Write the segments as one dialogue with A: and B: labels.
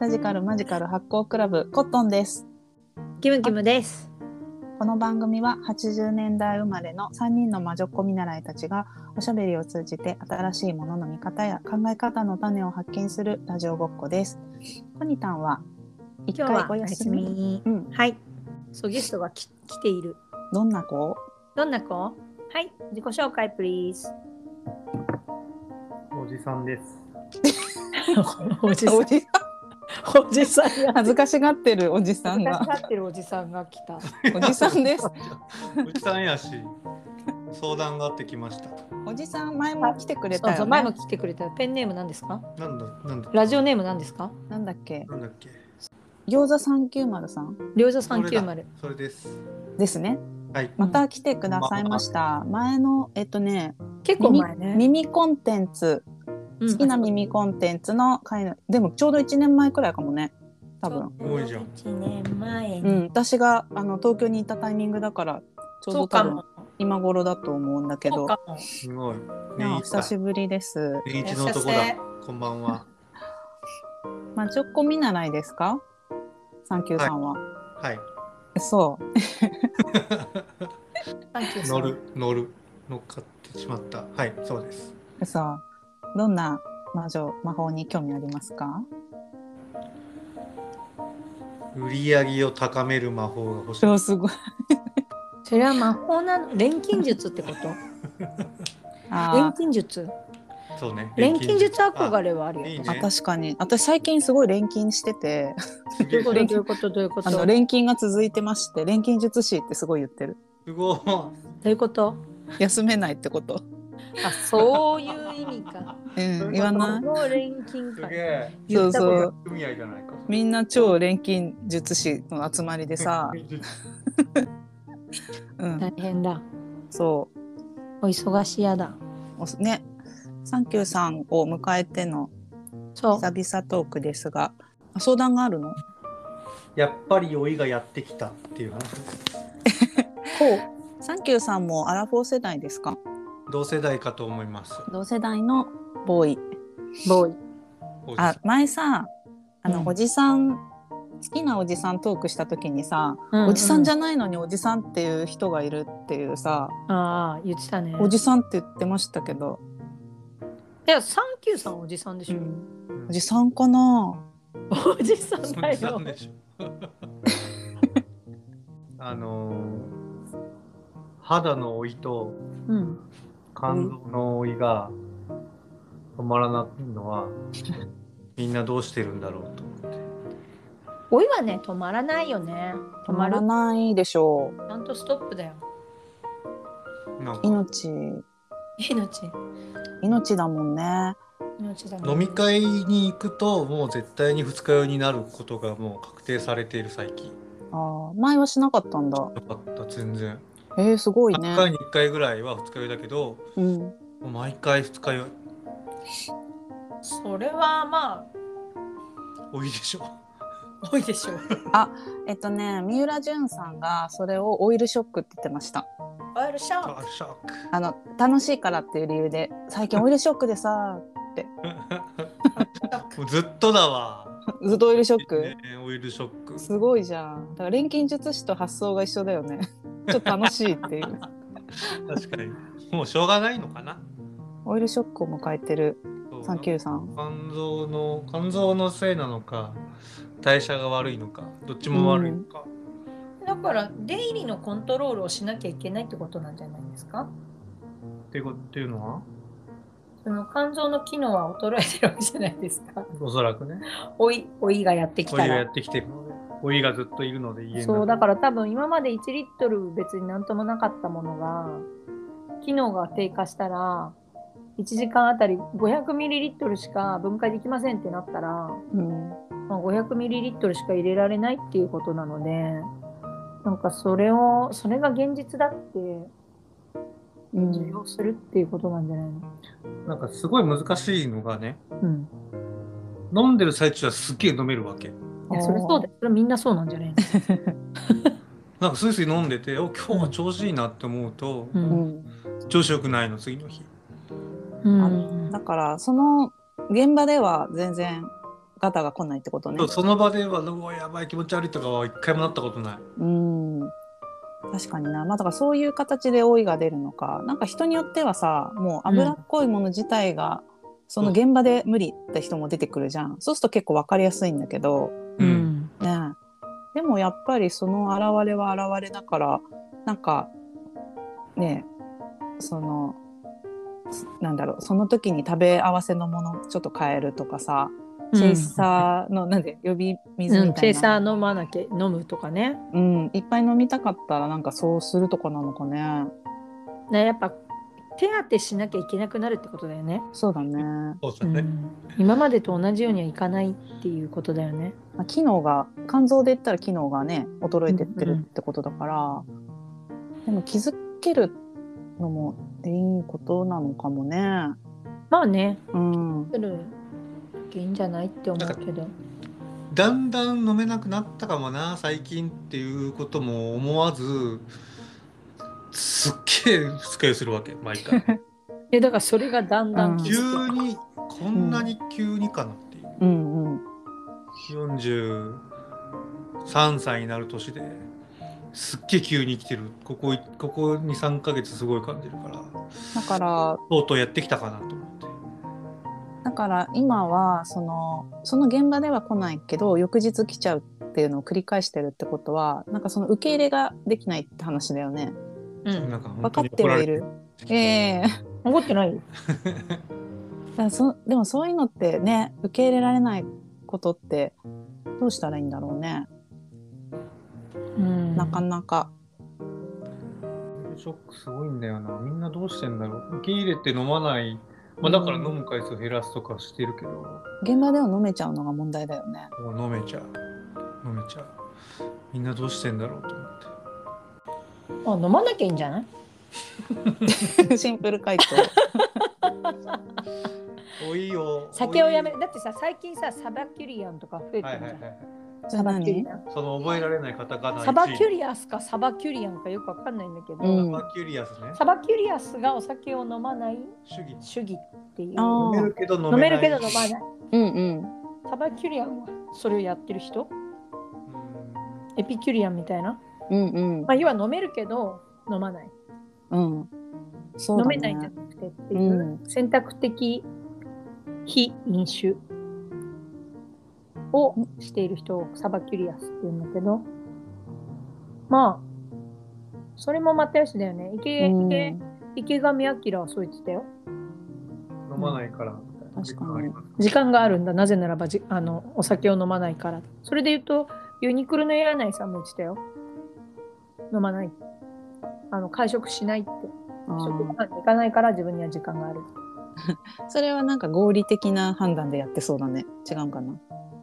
A: ラジカルマジカル発行クラブコットンです
B: キムキムです。
A: この番組は80年代生まれの3人の魔女っ子見習いたちがおしゃべりを通じて新しいものの見方や考え方の種を発見するラジオごっこですコニタンは一
B: 今日
A: 回
B: は
A: お
B: お
A: 休
B: 休
A: み
B: み
A: う。ん、
B: はい。そうゲストがき来ている。
A: どんな子
B: どんな子？はい。自己紹介プリーズ。
C: おじさんです。
B: おじ
A: おじさん
B: ん。おじさんが。
A: 恥ずかしがってるおじさんが
B: がってるおじさんが来た。
A: おじさんです。
C: うちさんやし、相談があってきました。
A: おじさん前も来てくれた
B: そうそ
A: よ、
B: う前
A: ね
B: も、来てくれた。ペンネームなんですか？
C: なんだ、なんだ、
B: ラジオネームなんですか？
A: なんだっけ
C: なんだっけ。
A: 餃子390さん
B: 両座三九丸。
C: それです。
A: ですね
C: はい。
A: また来てくださいました。前のえっとね、
B: 結構
A: 耳
B: 前ね。
A: 耳コンテンツ、
B: うん
A: 好きな耳コンテンツの回の、でもちょうど1年前くらいかもね。多分。
C: 多いじゃん
B: 一年前
A: う。ん、私があの東京に行ったタイミングだから、ちょう
B: そ
A: ど
B: う
A: 多
B: か
A: 分
B: も。
A: 今頃だと思うんだけ
B: そ
A: ど。
B: うかも。
C: すごい。
A: いや
C: 年一
A: 久
C: だ
A: しぶりです。
C: 年一の男
B: いらっしゃい
C: だ。こんばんは。
A: まあ、ちょっこ見習いですか。サンキューさんは。
C: はい。
A: そう。
B: 三九
C: 乗る、乗る、乗っかってしまった。はい、そうです。
A: そう。どんな魔女、魔法に興味ありますか。
C: 売り上げを高める魔法が欲しい。
A: そう、すごい。
B: それは魔法なの。錬金術ってこと？錬
A: あ
B: 金術。
C: そうね。
B: 錬金術憧
C: れ。
B: れはあるよ。
C: いい
A: ーあ、
C: ね。
A: 確かに、私最近すごい錬金してて。
C: す
B: どう
C: げ
B: い
C: え
B: うことどういうことどういうこと
A: あの
B: ど
A: 錬金が続いてまして錬金術師ってすごい言ってる
C: すごい。
B: ういうこと
A: 休めないってこと、
B: あそういう意味か。
A: うん、言わない
B: もう錬金
C: す
B: か
C: げ。え。
A: そ
B: 言
A: う
B: った
A: そ
B: こと
A: う
C: 組合じゃないか。
A: みんな超錬金術師の集まりでさ、うん、
B: 大変だ。
A: そ
B: お忙しいやだ。
A: うおねサンキューさんを迎えての
B: そう。
A: 久々トークですがあ相談があるの
C: やっぱり酔いがやってきたっていう話です。
B: こ
A: サンキューさんもアラフォー世代ですか
C: 同世代かと思います。
A: 同世代のボーイ
B: う。ボーイ。
C: おじさん
A: あ前さあの、
B: うん
A: おじさん好きなおじさんトークした時にさ、おじさんじ
B: ゃ。
A: ゃないのにおじさんっていう人がいるっていうさ、
B: ああ言ってたね。
A: おじさんって言ってましたけど、
B: いやサンキューさんおじさんでしょ。
C: うん
A: おじさんかな
B: おじさんだ
C: おじさ
B: よ
C: ん。でしょ あのー肌の老いと
B: うん。
C: 肝臓の老いが止まらないのはみんなどうしてるんだろうと思って
B: 老いはね止まらないよね。止
A: 止
B: ま
A: ま
B: る
A: ら。ないでしょう
B: ちゃんとストップだよ。
C: なんか
A: 命
B: 命。
A: 命だもんね
B: 命だね。
C: 飲み会に行くともう絶対に二日酔いになることがもう確定されている最近
A: あー前はしなかったんだ
C: よかった全然、
A: えー、すごい
C: 3
A: ね、
C: 回に1回ぐらいは二日酔いだけど
A: うん、
C: もう毎回二日酔い
B: それはま
C: 多いでしょ
B: あ多いでしょう。
A: えっとね三浦淳さんがそれをオイルショックって言ってました
B: ワイルシャー
C: あショック
A: あの楽しいからっていう理由で最近オイルショックで さ
C: もうずっとだわ。
A: ずっとオイルショック
C: ねオイルショック。
A: すごいじゃんだから錬金術師と発想が一緒だ よねちょっと楽しいっていう
C: 確かに。もうしょうがないのかな。
A: オイルショックを迎えてる
C: そう
A: サンキューさん
C: 肝臓の肝臓のせいなのか、代謝が悪いのか、どっちも悪いのか。
B: だから出入りのコントロールをしなきゃいけないってことなんじゃないですか
C: っていうことっていうのは、
B: その肝臓の機能は衰えてるわけじゃないですか。
C: おそらくね、
B: 老い老いがやってき
C: お湯
B: た
C: がや
B: ら。
C: ってきてるので、お湯がずっといるので家
B: そう
C: の
B: だから多分今まで1リットル別になんともなかったものが機能が低下したら1時間あたり500ミリリットルしか分解できませんってなったら、
A: うん
B: まあ、500ミリリットルしか入れられないっていうことなのでなんかそれをそれが現実だって
A: うん
B: 受容するっていうことなんじゃないの、
C: なんかすごい難しいのがね、
B: うん
C: 飲んでる最中はすっげえ飲めるわけ。
B: いやそれそうだよ。それみんなそうなんじゃないの、
C: なんかスイスイ飲んでて、お今日は調子いいなって思うと、
B: う
A: うんん
C: 調子良くないの次の日。
A: あ
B: う
A: の
B: ん
A: だからその現場では全然方が来ないってことね
C: そう。その場では、うわ、やばい、気持ち悪いとかは一回もなったことない。
A: うん確かにな、まあ、だからそういう形で老いが出るのかなんか人によってはさもう脂っこいもの自体が、その現場で無理って人も出てくるじゃんそうすると結構分かりやすいんだけど、
C: うん。
A: ねえ、でもやっぱりその現れは現れだからなんかねえそのすなんだろうその時に食べ合わせのものちょっと変えるとかさ、チェイサーのなんで呼び水みたいな、
B: うん、チェイサー飲まなきゃ飲むとかね
A: うん、いっぱい飲みたかったらなんかそうするとかなのかね。
B: ねやっぱ手当てしなきゃいけなくなるってことだよね、
A: そうだね。ま
C: そうです
B: う
C: よね。
B: ん、今までと同じようにはいかないっていうことだよね
A: あ、機能が肝臓で言ったら機能がね衰えてってるってことだから、でも気づけるのもいいことなのかもね。
B: まあね
A: うん。
B: 来る時いいんじゃないって思うけど
C: だんだん飲めなくなったかもな、最近っていうことも思わず、すっげえ二日酔いするわけ、毎回。
B: えだからそれがだんだん
A: うん
B: 気づく
C: 急に、こんなに急にかなっていう。
A: うんうん。
C: 43歳になる年ですっげえ急に生きてるここここ23ヶ月すごい感じるから
A: だから
C: とうとうやってきたかなと思って
A: だから今はそのその現場では来ないけど翌日来ちゃうっていうのを繰り返してるってことはなんかその受け入れができないって話だよね。
B: うん
C: なんか
A: 分
C: 本
A: か
C: 当
A: っ
C: に
A: て
C: 怒ら
A: は
C: れ
A: い
C: て
A: る。ええ
B: 怒ってないよ
A: だからそでもそういうのってね受け入れられないことってどうしたらいいんだろうね、
B: うん
A: なかなか
C: ショックすごいんだよなみんなどうしてんだろう受け入れて飲まない、まあ、だから飲む回数減らすとかしてるけど、
A: 現場では飲めちゃうのが問題だよ ね
C: もう飲めちゃう飲めちゃうみんなどうしてんだろうと思って
B: あ飲まなきゃいいんじゃない
A: シンプル 回答
C: 多いよ
B: 酒をやめ
C: は
B: だってさ最近さサバキュリアンとか増えてるじ
C: いは
B: ゃ
C: い
B: ん、
C: はいはい
B: サバキュリアン
C: その覚えられない方が
B: サバキュリアスかサバキュリアンかよくわかんないんだけど、
A: うん
C: サバキュリアスね
B: サバキュリアスがお酒を飲まない
C: 主義
B: 主義っていう
A: あ
C: 飲
A: ー
C: めるけど飲
B: 飲
C: め
B: め
C: ない
B: るけど飲まない
A: うんうん
B: サバキュリアンはそれをやってる人
C: う
B: エピキュリアンみたいな、
A: うん
B: まあ、要は飲めるけど飲まない、
A: うんうんそう
B: 飲
A: だ、ね、
B: めないんじゃなくてっていうう、
A: ん
B: 選択的非飲酒をしている人をサバキュリアスって言うんだけどまあそれも又吉だよね池池池上彰はそう言ってたよ
C: ん飲まないからみたいな
A: 確かに
B: 時間があるんだなぜならばじあのお酒を飲まないからそれで言うとユニクロの柳井さんも言ってたよ飲まないあの会食しないって
A: あ
B: 食
A: ー
B: ご飯に行かないから自分には時間がある
A: それはなんか合理的な判断でやってそうだね違うかな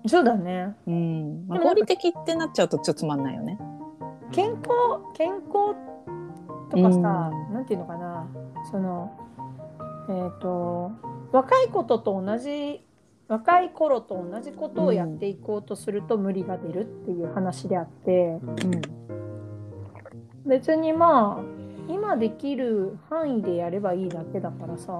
B: そうだね
A: うん、まあ、
B: でも
A: 合理的ってなっちゃうとちょっとつまんないよね
B: 健康健康とかさ、なんていうのかなそのえっ、と若いことと同じ若い頃と同じことをやっていこうとすると無理が出るっていう話であって、
A: うん
B: 別にまあ今できる範囲でやればいいだけだからさ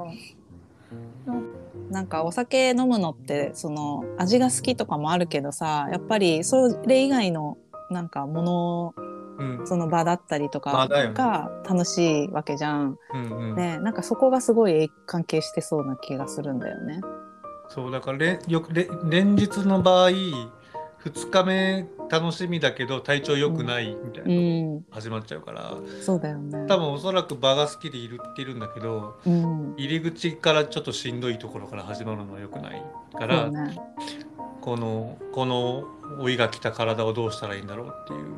A: なんかお酒飲むのってその味が好きとかもあるけどさやっぱりそれ以外のなんかも
C: うん
A: のその場だったりと
C: 場
A: か
C: だよね
A: が楽しいわけじゃん。
C: うんうん
A: ねなんかそこがすごい関係してそうな気がするんだよね。
C: そうだかられよくれ連日の場合2日目楽しみだけど体調良くないみたいな、
A: うん、
C: 始まっちゃうから
A: そうだよね。
C: 多分おそらく場が好きでいるっているんだけど
A: うん。
C: 入り口からちょっとしんどいところから始まるのは良くないか
A: そ
C: ら、
A: うね。
C: このこの老いが来た体をどうしたらいいんだろうっていう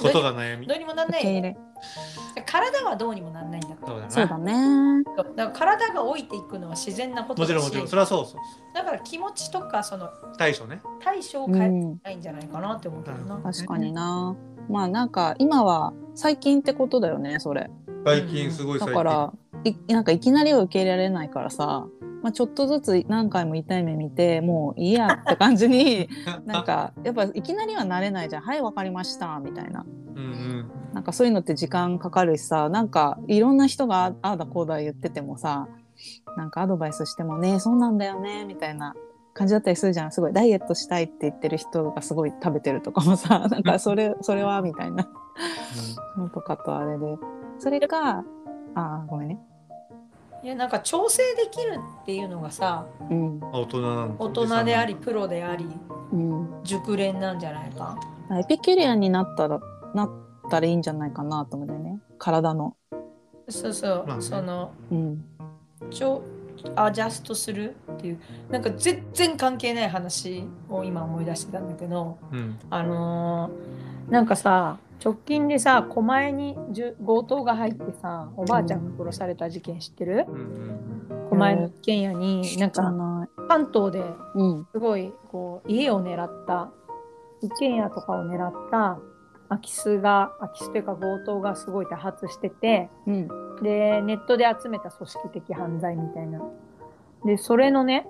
C: ことが悩み
B: どうにもなんな
A: 受け入
B: い
A: れ。
B: 体はどうにもなんないんだか
C: そうだな
A: そうだね。
B: らだから体が老いていくのは自然なことだ
C: もち
B: し
C: ろんもちろんそれはそうそうそ
B: だから気持ちとかその
C: う対処ね
B: 対処を
A: う
B: 変えて
A: ん。
B: ないんじゃないかなって思うけどな、
A: 確かにな。まあなんか今は最近ってことだよねそれ。
C: 最近すごい
A: だ
C: 最
A: か
C: 近、
A: らいなんかいきなりは受け入れられないからさ、まあ、ちょっとずつ何回も痛い目見てもういいやって感じになんかやっぱいきなりはなれないじゃん「はいわかりました」みたいな
C: うんうん
A: なんかそういうのって時間かかるしさなんかいろんな人があああだこうだ言っててもさなんかアドバイスしてもねそうなんだよねみたいな感じだったりするじゃんすごいダイエットしたいって言ってる人がすごい食べてるとかもさ なんかそれそれはみたいなのとかとあれでそれかあーごめんね
B: いやなんか調整できるっていうのがさ
A: うん
C: あ大人なんだ
B: 大人でありプロであり
A: うん
B: 熟練なんじゃないか
A: エピキュリアンになったらなったらいいんじゃないかなと思うんだよね体の
B: そうそう、
C: まあね
B: その
A: うん
B: ちょアジャストするっていうなんか全然関係ない話を今思い出してたんだけど
C: うん
B: あのーなんかさ直近でさ狛江にじゅ強盗が入ってさおばあちゃんが殺された事件知ってる
C: うんうん
B: 狛江の一軒家になん
A: じゃ
B: か
A: ない
B: 関東で
A: うん
B: すごいこう家を狙った一軒家とかを狙った空き巣が空き巣というか強盗がすごい多発してて
A: うん
B: でネットで集めた組織的犯罪みたいなでそれのね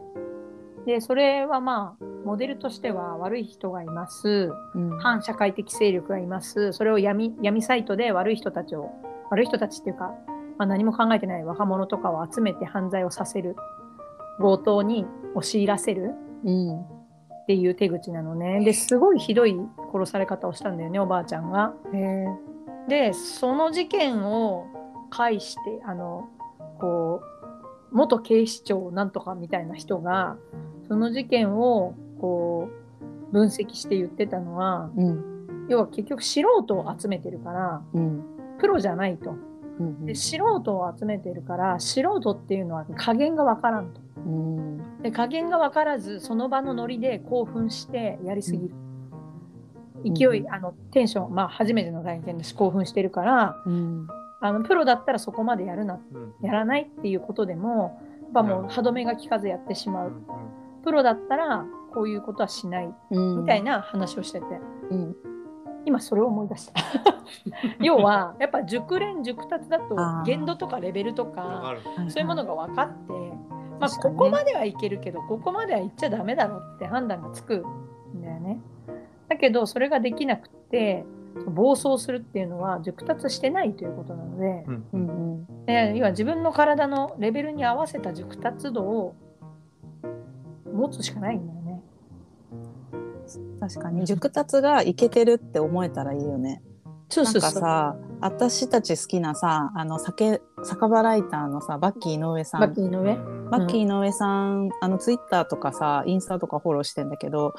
B: でそれはまあモデルとしては悪い人がいます
A: うん
B: 反社会的勢力がいますそれを闇闇サイトで悪い人たちを悪い人たちっていうか、まあ、何も考えてない若者とかを集めて犯罪をさせる強盗に押し入らせる
A: うん
B: っていう手口なのねですごいひどい殺され方をしたんだよねおばあちゃんが。
A: へえ
B: でその事件を介してあのこう元警視庁なんとかみたいな人がその事件をこう分析して言ってたのは
A: うん
B: 要は結局素人を集めてるから
A: うん
B: プロじゃないと
A: うん
B: で素人を集めてるから素人っていうのは加減がわからんと
A: うん
B: で加減が分からずその場のノリで興奮してやりすぎる、
A: ん
B: 勢
A: う
B: いあのテンション、まあ、初めての体験だし興奮してるから
A: うん
B: あのプロだったらそこまでやるな
C: うん
B: やらないっていうことでもやっぱもう歯止めが効かずやってしまうプロだったらこういうことはしないみたい
A: な。
B: な話をしてて、
A: うん
B: 今それを思い出した 要はやっぱ熟練熟達だと
A: あー
B: 限度とかレベルと
C: わか
B: か
C: る
B: そういうものが分かって、まあ、
A: 確か
B: こ
A: にね
B: こまではいけるけど、ここまではいっちゃダメだろって判断がつくんだよね。だけどそれができなくて暴走するっていうのは熟達してないということなので,
C: うん
A: う
C: うんん
A: うん
B: で、要は自分の体のレベルに合わせた熟達度を持つしかないんだよね。
A: 確かに熟達がいけてるって思えたらいいよね。
B: そ
A: なんかさ私たち好きなさあの酒酒場ライターのさバッキー井上さ
B: バ
A: ん
B: ッキーの
C: う
B: 上、
C: ん
A: バッキー井上さん、あのツイッターとかさインスタとかフォローしてんだけど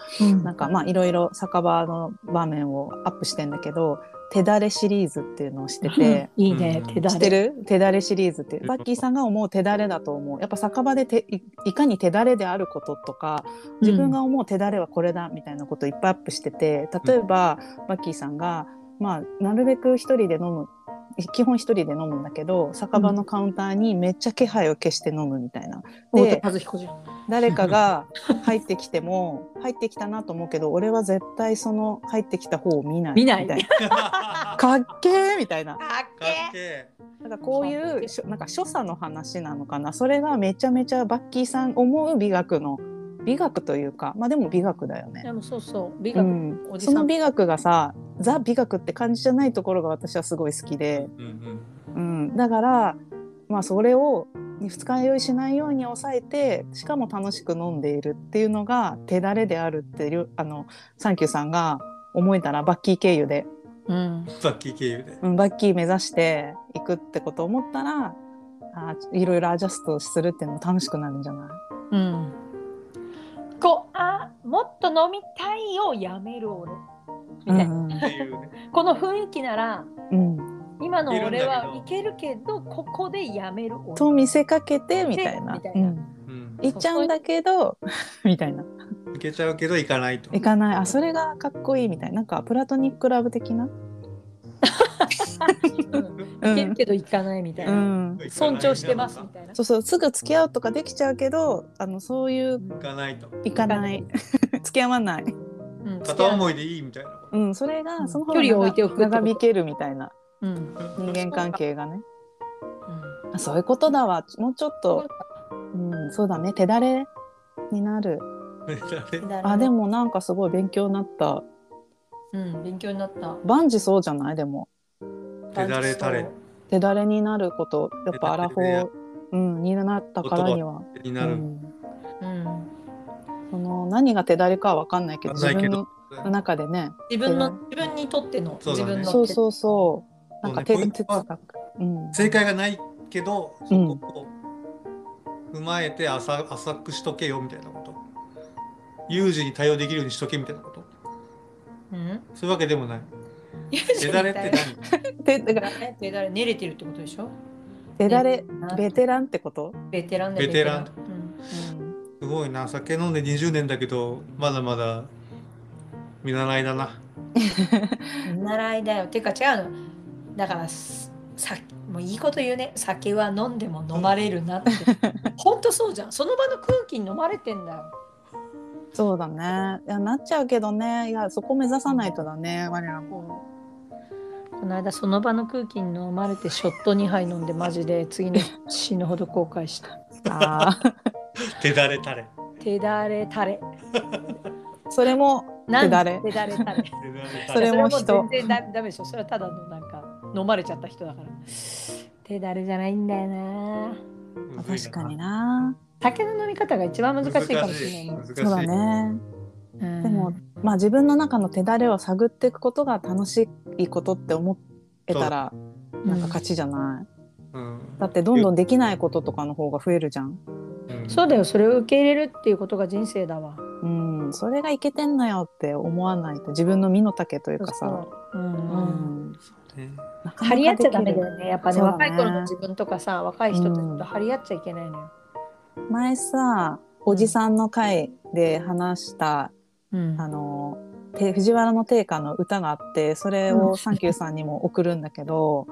A: なんかまあいろいろ酒場の場面をアップしてんだけど手だれシリーズっていうのをしてて。
B: いいね、
C: うん
B: 手だ
A: 知
B: れ
A: ってる手だれシリーズって
C: うん
A: バッキーさんが思う手だれだと思うやっぱ酒場でていいかに手だれであることとか自分が思う手だれはこれだみたいなことをいっぱいアップしてて例えばバッキーさんが、まあ、なるべく一人で飲む基本一人で飲むんだけど酒場のカウンターにめっちゃ気配を消して飲むみたいな。
B: 大
A: で
B: 手和彦じゃん。
A: 誰か が入ってきても入ってきたなと思うけど俺は絶対その入ってきた方を見ない
B: 見ない
A: みたいな
C: か
A: かっけーみたいな。
C: っけえ
A: なんかこういうしょなんか所作の話なのかなそれがめちゃめちゃバッキーさん思う美学の美学というかまあでも美学だよね
B: で。もそうそう美
A: う
B: 学、
A: ん、
B: おじ
A: そ
B: さ
A: の
B: ん
A: 美学がさザ美学って感じじゃないところが私はすごい好きで、
C: うん
A: うん、だからまあそれを二日酔いしないように抑えてしかも楽しく飲んでいるっていうのが手だれであるってりょあのサンキューさんが思えたらバッキー経由で
B: うん
C: うんバッキー経由で
A: うんバッキー目指していくってことを思ったらあーいろいろアジャストするっていうのも楽しくなるんじゃない
B: うん。こうあもっと飲みたいをやめる俺みたいな、
A: うん
C: っていうね
B: この雰囲気なら
A: うん
B: 今の俺はい
C: い
B: けるけどここでやめる俺
A: と見せかけてみたいな
B: みたいな
A: うん
C: うん
A: 行っちゃうんだけど みたいない
C: けちゃうけど行かないと
A: 行かないあそれがかっこいいみたいななんかプラトニックラブ的な、
B: う
A: う
B: んいける
A: ん
B: けど行かないみたいうな、
A: ん、
B: 尊重してますみ
C: 行
B: たいな
A: そうそうすぐ付き合うとかできちゃうけどあのそういう
C: かないと
A: 行かない付き合わない、
B: うん
C: 片思いでいいみたいなこと
A: うん、それがその方が
B: 距離を置いておくってこと
A: 長引けるみたいな
B: うんうん
A: 人間関係がね
B: うん
A: あそういうことだわもうちょっとうん、そうだね手だれになる
C: ね
B: だからね
A: あでもなんかすごい勉強になった
B: うん、勉強になった。
A: 万事そうじゃないでも
C: 手だれたれ
A: 手だれになることやっぱアラフ
C: 手だれ
A: ォー
C: で、
A: うん、になったからには、
C: に
A: う
C: なる、
A: ん、
B: うん。
A: その何が手だれかは分かんないけど
C: わかん
A: 自
C: ないけ
A: 分
C: ど
A: の中でね
B: 自分の自分にとっての、
C: そう
B: 自
C: だね
B: 分の
A: そうそうそうなんか手
C: そうねポイン
A: 哲
C: トは
A: 学、うん、
C: 正解がないけどそ
A: うん
C: こを踏まえて浅浅くしとけよみたいなこと有事に対応できるようにしとけみたいなこと
B: うん。
C: そういうわけでもない手
B: 手
C: だれって何
A: 手だから
B: 何？手 だれ練れてるってことでしょ？
A: 手だれ
B: な
A: ベテランってこと、
B: ベテランだ
C: ベテラ
B: う
C: ン。
A: う
B: ん
A: ん、
C: すごいな酒飲んで20年だけどまだまだ見習いだな
B: 見習いだよ。てか違うの。だからすさもういいこと言うね。酒は飲んでも飲まれる なって。本当そうじゃん。その場の空気に飲まれてんだよ。
A: そうだねいやなっちゃうけどねいやそこ目指さないとだね我らも
B: この間その場の空気に飲まれてショット2杯飲んでマジで次の日死ぬほど後悔した
A: あー
C: 手だれたれ
B: 手だれたれ
A: それも手だれ
B: なん手だれたれ
C: 手だれた
A: それも人
B: それも全然ダダメでしょそれはただのなんか飲まれちゃった人だから手だれじゃないんだよな
C: むず
A: 確
C: いな
A: かにな
B: 酒の飲み方が一番難しいかもしれない
C: 難しい
A: そうだね
B: うん
A: でもまあ自分の中の手だれを探っていくことが楽しいことって思えたらなんか勝ちじゃない、
C: うん
A: だってどんどんできないこととかの方が増えるじゃん
C: うん
B: そうだよそれを受け入れるっていうことが人生だわ
A: うんそれがいけてんのよって思わないと自分の身の丈という
B: そう
A: かさ
B: そううん
A: う
B: うん
A: ん
C: ね
A: なかなかできる
B: 張り合っちゃダメだよねやっぱね
A: そうだね
B: 若い頃の自分とかさ若い人たちと張り合っちゃいけないのよ、
A: 前さおじさんの会で話した
B: うん
A: あのて藤原の定家の歌があってそれをサンキューさんにも送るんだけ ど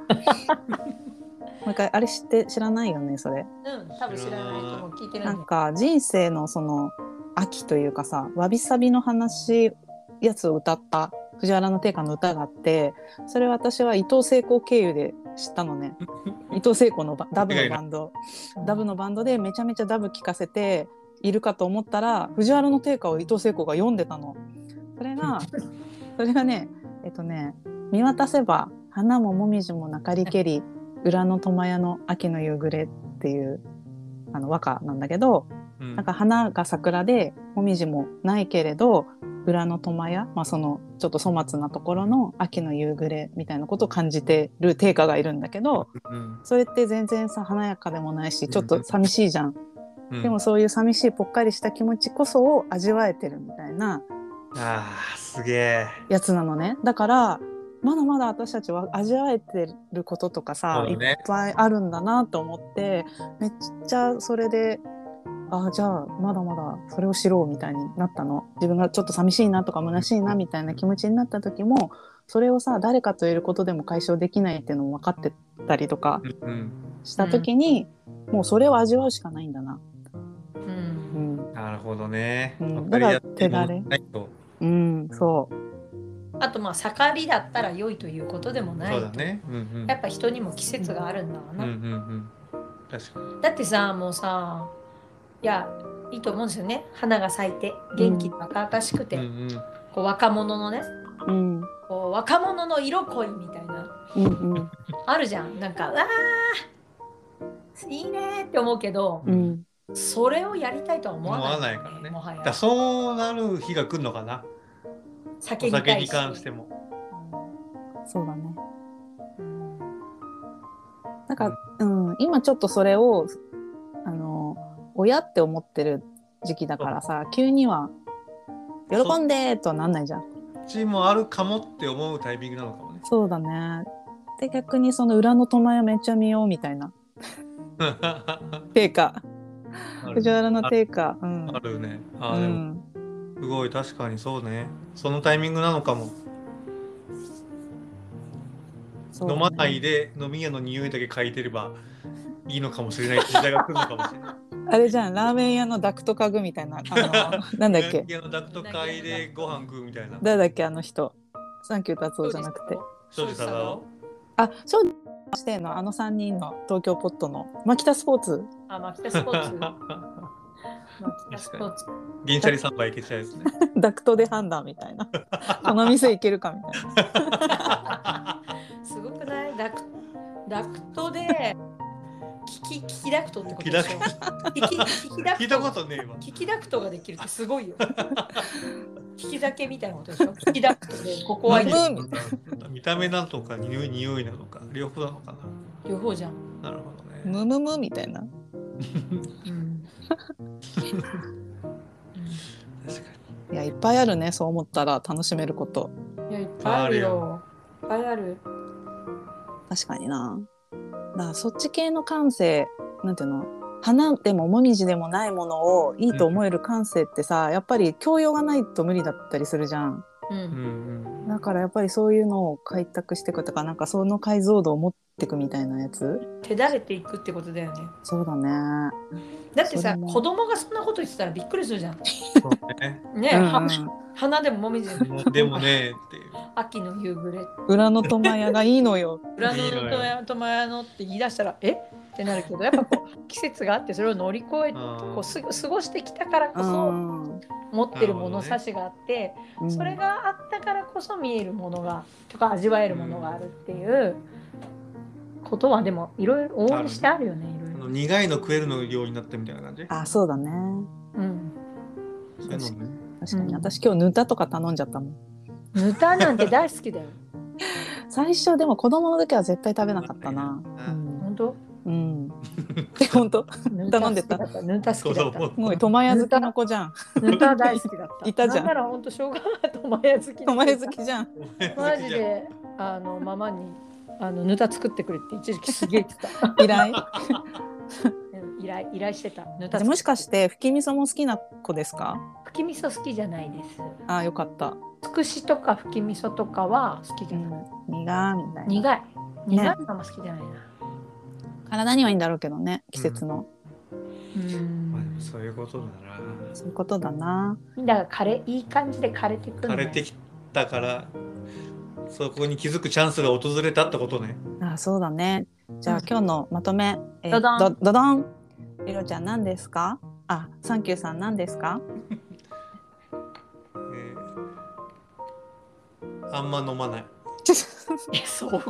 A: もう一回あれ知って知らないよねそれ
B: うん、多分知らないと思う聞いてな
A: ないんか人生のその秋というかさわびさびの話やつを歌った藤原の定家の歌があってそれ私は伊藤聖子経由で知ったの ね伊藤聖子のバダブのバンドダブのバンドでめちゃめちゃダブ聴かせているかと思ったら藤原の定家を伊藤聖子が読んでたの。それがそれがねえっとね「見渡せば花ももみじもなかりけり裏の苫屋の秋の夕暮れ」っていうあの和歌なんだけど
C: うん
A: なんか花が桜でもみじもないけれど裏の苫屋、まあ、そのちょっと粗末なところの秋の夕暮れみたいなことを感じてる定家がいるんだけど
C: うん
A: それって全然さ華やかでもないしちょっと寂しいじゃん、
C: うん
A: でもそういう寂しいぽっかりした気持ちこそを味わえてるみたいな
C: ああすげえ
A: やつなのねだからまだまだ私たちは味わえてることとかさ、
C: そ
A: い
C: うだね
A: っぱいあるんだなと思ってめっちゃそれであじゃあまだまだそれを知ろうみたいになったの自分がちょっと寂しいなとか虚しいなみたいな気持ちになった時もそれをさ誰かといることでも解消できないっていうのも分かってたりとか
C: うん
A: した時に、もうそれを味わうしかないんだな。う
B: うん
A: ん、
C: なるほどね
A: うん
C: わかりや
A: だか
C: すい
A: ら手だれ
C: ないと
A: うん、そう
B: あとまあ盛りだったら良いということでもない
C: そうだねうんうん
B: やっぱ人にも季節があるんだわ
C: うんう
B: な、
C: んうん確かに
B: だってさもうさいやいいと思うんですよね花が咲いて元気で若々しくて、
C: うんうん
B: こう若者のね
A: うん
B: こう若者の色恋みたいな
A: うんうん
B: あるじゃんなんかうわーいいねーって思うけど
A: うん
B: それをやりたいとは思わない,、
C: 思わないからね
B: もは
C: だから
B: や
C: そうなる日が来るのかな
B: 酒
C: お
B: に
C: 酒
B: 対
C: に
B: し
C: 関しても
A: そうだね
B: うん
A: なんか、うん、今ちょっとそれを、あの、親って思ってる時期だからさ、急には、
C: そう
A: 喜んでーとはなんないじゃん。
C: こっちもあるかもって思うタイミングなのかもね
A: そうだね。で、逆にその裏の苫屋めっちゃ見ようみたいな。定価。
C: あ
A: 藤
C: る
A: 原の定価。うん。
C: あるねあ
A: う
C: ーでも
A: ん、
C: すごい確かにそうねそのタイミングなのかも
A: そうだ
C: 飲
A: ね
C: まないで飲み屋の匂いだけ嗅いでればいいのかもしれない時代が来るのかもしれない
A: あれじゃんラーメン屋のダクト家具みたいなあ のなんだっけ
C: 家のダクト会でご飯食うみたいな。
A: 誰だっけあの人サンキュー達夫じゃなくて
C: 庄司貞夫。
A: あそうしてのあの3人の東京ポットのマキタスポーツ
B: あ、マキタスポーツ。確かに
C: 銀シャリ3杯いけちゃうですね。
A: ダクトで判断みたいな この店行けるかみたいな
B: すごくないダクダクトで聞き聞きダクトってことでしょ聞き聞きダ
C: 聞
B: ク
C: いたこ
B: ト
C: とねえわ。
B: 聞きダクトができるってすごいよ聞き酒みたいなことでしょ聞きダクトでここは
A: 飲
C: 何
A: む
C: 見た目なのか匂い匂いなのか両方なのか
B: 両方じゃん、
C: な。なるほどね。
A: ムムムみたいな
B: うん
C: 確か
A: いやいっぱいあるねそう思ったら楽しめること
B: うんいやいっぱいあるよいっぱいある
A: 確かになだからそっち系の感性なんていうの花でも紅葉でもないものをいいと思える感性ってさ、やっぱり教養がないと無理だったりするじゃん
B: う
C: に。うん
B: ん
C: うん。
A: だからやっぱりそういうのを開拓していくとかなんかその解像度を持っていくみたいなやつ
B: 手だれていくってことだよね
A: そうだね
B: だって
A: そ
B: さ
A: れも
B: 子供がそんなこと言ってたらびっくりするじゃん
C: そうね。
B: ね、
A: うん
B: は花でももみじでも
C: もうでもねっていう。
B: 秋の夕暮れ
A: 裏の苫屋がいいの よ
B: 裏の
C: いいのよ
B: 友やのって言い出したらえってなるけどやっぱこう季節があってそれを乗り越えて
C: うん
B: こうす過ごしてきたからこそ
A: ん
B: 持ってる物
C: なるほどね
B: 差しがあって、
A: うん
B: それがあったからこそ見えるものがとか味わえるものがあるっていうことはでもいろいろ応援してあるよねい
C: あ
B: ろ
C: の
B: いろ。
C: 苦いの食えるのようになってみたいな感じ。
A: あそうだね
B: うん
C: そういうのね。
A: 確かに、
B: うん
A: 私今日ぬたとか頼んじゃったもん
B: ぬたなんて大好きだよ。
A: 最初でも子供の時は絶対食べなかったな
B: 本当
A: うん、うん、え本 当頼んでた
B: ぬた好きだった。
A: すごい苫屋好きの子じゃ ん
B: ぬた大好きだった。
A: いたじゃん
B: なんなら本当生姜は苫屋好き。
A: 苫屋好。きじゃん
B: マジ。であのママにあのぬた作ってくれって一時期すげえ言ってた。
A: 依頼
B: うん依頼依頼してた。ぬた作って
A: もしかして吹き味噌も好きな子ですか
B: 吹き味噌好きじゃないです。
A: あよかった、
B: つくしとか吹き味噌とかは好きじ
A: う
B: ゃない。
A: ん、苦みたいな
B: 苦い。
A: ね
B: 苦いのも好きじゃないな。
A: 体にはいいんだろうけどね季節の、
B: うん
C: まあでもそういうことだな。
A: そういうことだな
B: だから枯れいい感じで枯れてくる。
C: 枯れてきたから、そこに気づくチャンスが訪れたってことね。
A: あそうだねじゃあ、
B: うん
A: 今日のまとめ、え
B: ドドン
A: どどどんエロちゃん何ですかあサンキューさん何ですか
C: えーあんま飲まない。
B: えそ こ？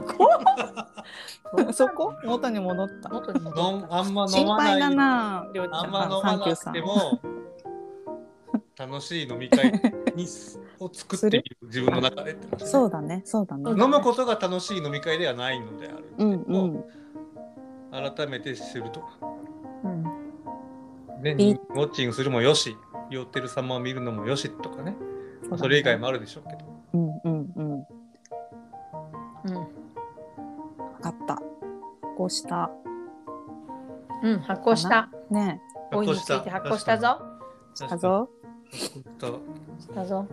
A: そこ元に戻った
B: 元に戻
C: 飲
B: っ
C: ん
B: た。
C: あんま飲
A: 心
C: まない。
A: 配だなりょうちゃ
C: あ
A: ん
C: んま飲
A: サ
C: ま
A: ンキュー
C: な
A: さ
C: く
A: ん
C: ても楽しい飲み会にすを作っている自分の中でってことね
A: そうだねそうだね
B: そうだ
C: 飲むことが楽しい飲み会ではないのであるって
A: うん
C: こと
A: う
C: を
A: ん
C: 改めて知るとか、
B: うん
C: ね、
A: いい
C: ウォッチングするもよし酔ってる様を見るのもよしとかねまあそれ以外もあるでしょうけど
A: うんうんうん
B: うん
A: 分かったこうした
B: うん発酵した。
A: ね
B: おいについて発酵したぞ。
A: したぞ
C: 発酵した
B: したぞ。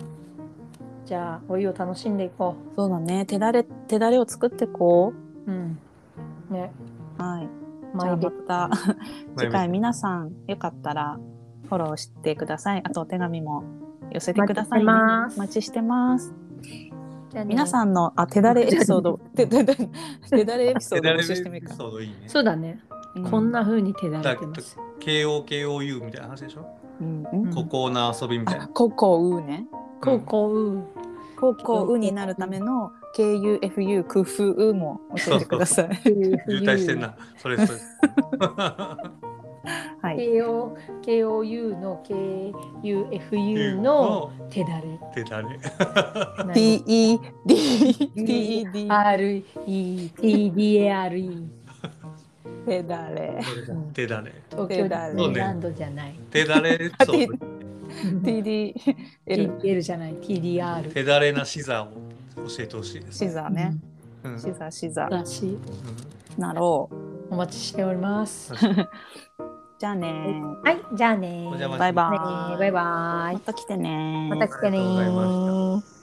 B: じゃあお湯を楽しんでいこ
A: そうだね手だれ手だれを作ってこ
B: う。うん。ね。
A: うはいじゃあま
B: 毎度
A: た次回皆さんよかったらフォローしてくださいあとお手紙も寄せてください、ね、
B: 待ちしてます
A: 待ちしてます
B: じゃあね
A: 皆さんのあ手だれエピソード手だれ手だれエピソ
C: 手
A: ード
C: だ
A: 募
C: れエ
A: 集
C: ピ
A: してもいいか、
C: ソードいいね
B: そうだね。
A: うん、
B: こんな風に手だれてます。
C: KOKOU みたいな話でしょ、
A: うんうん
B: ん
C: 孤高な遊びみたい
A: あ
C: な
A: ここうね
B: こうこう。
A: こうこううになるための KUFU 工夫も教えてください
C: 渋滞してんなそれそれ
A: はい
B: KO KOU の KUFU の手だれ。
C: 手だれ
A: T E D T E D
B: R E T D A R E
A: ペダレ
C: 手だれ
B: 東
A: 手
B: 京
A: だれ
B: ディズニーランドじゃない。
C: 手だれ
A: あ
C: そう
A: T D L
B: L じゃない TDR。
C: 手だれなシザーを教えてほしいです
A: シ
C: ね、
A: ザーね。
C: うん
A: シザーシザー
B: 私
A: なろ
B: お待ちしております。
A: うじゃあねー
B: はい、じゃあねー。
C: お邪魔し
A: バイバ
B: ね
A: ーイ
B: ーバイバー
A: ま
B: イ。
A: た来てねー
B: また来てね
C: ありがとうございま
B: ー。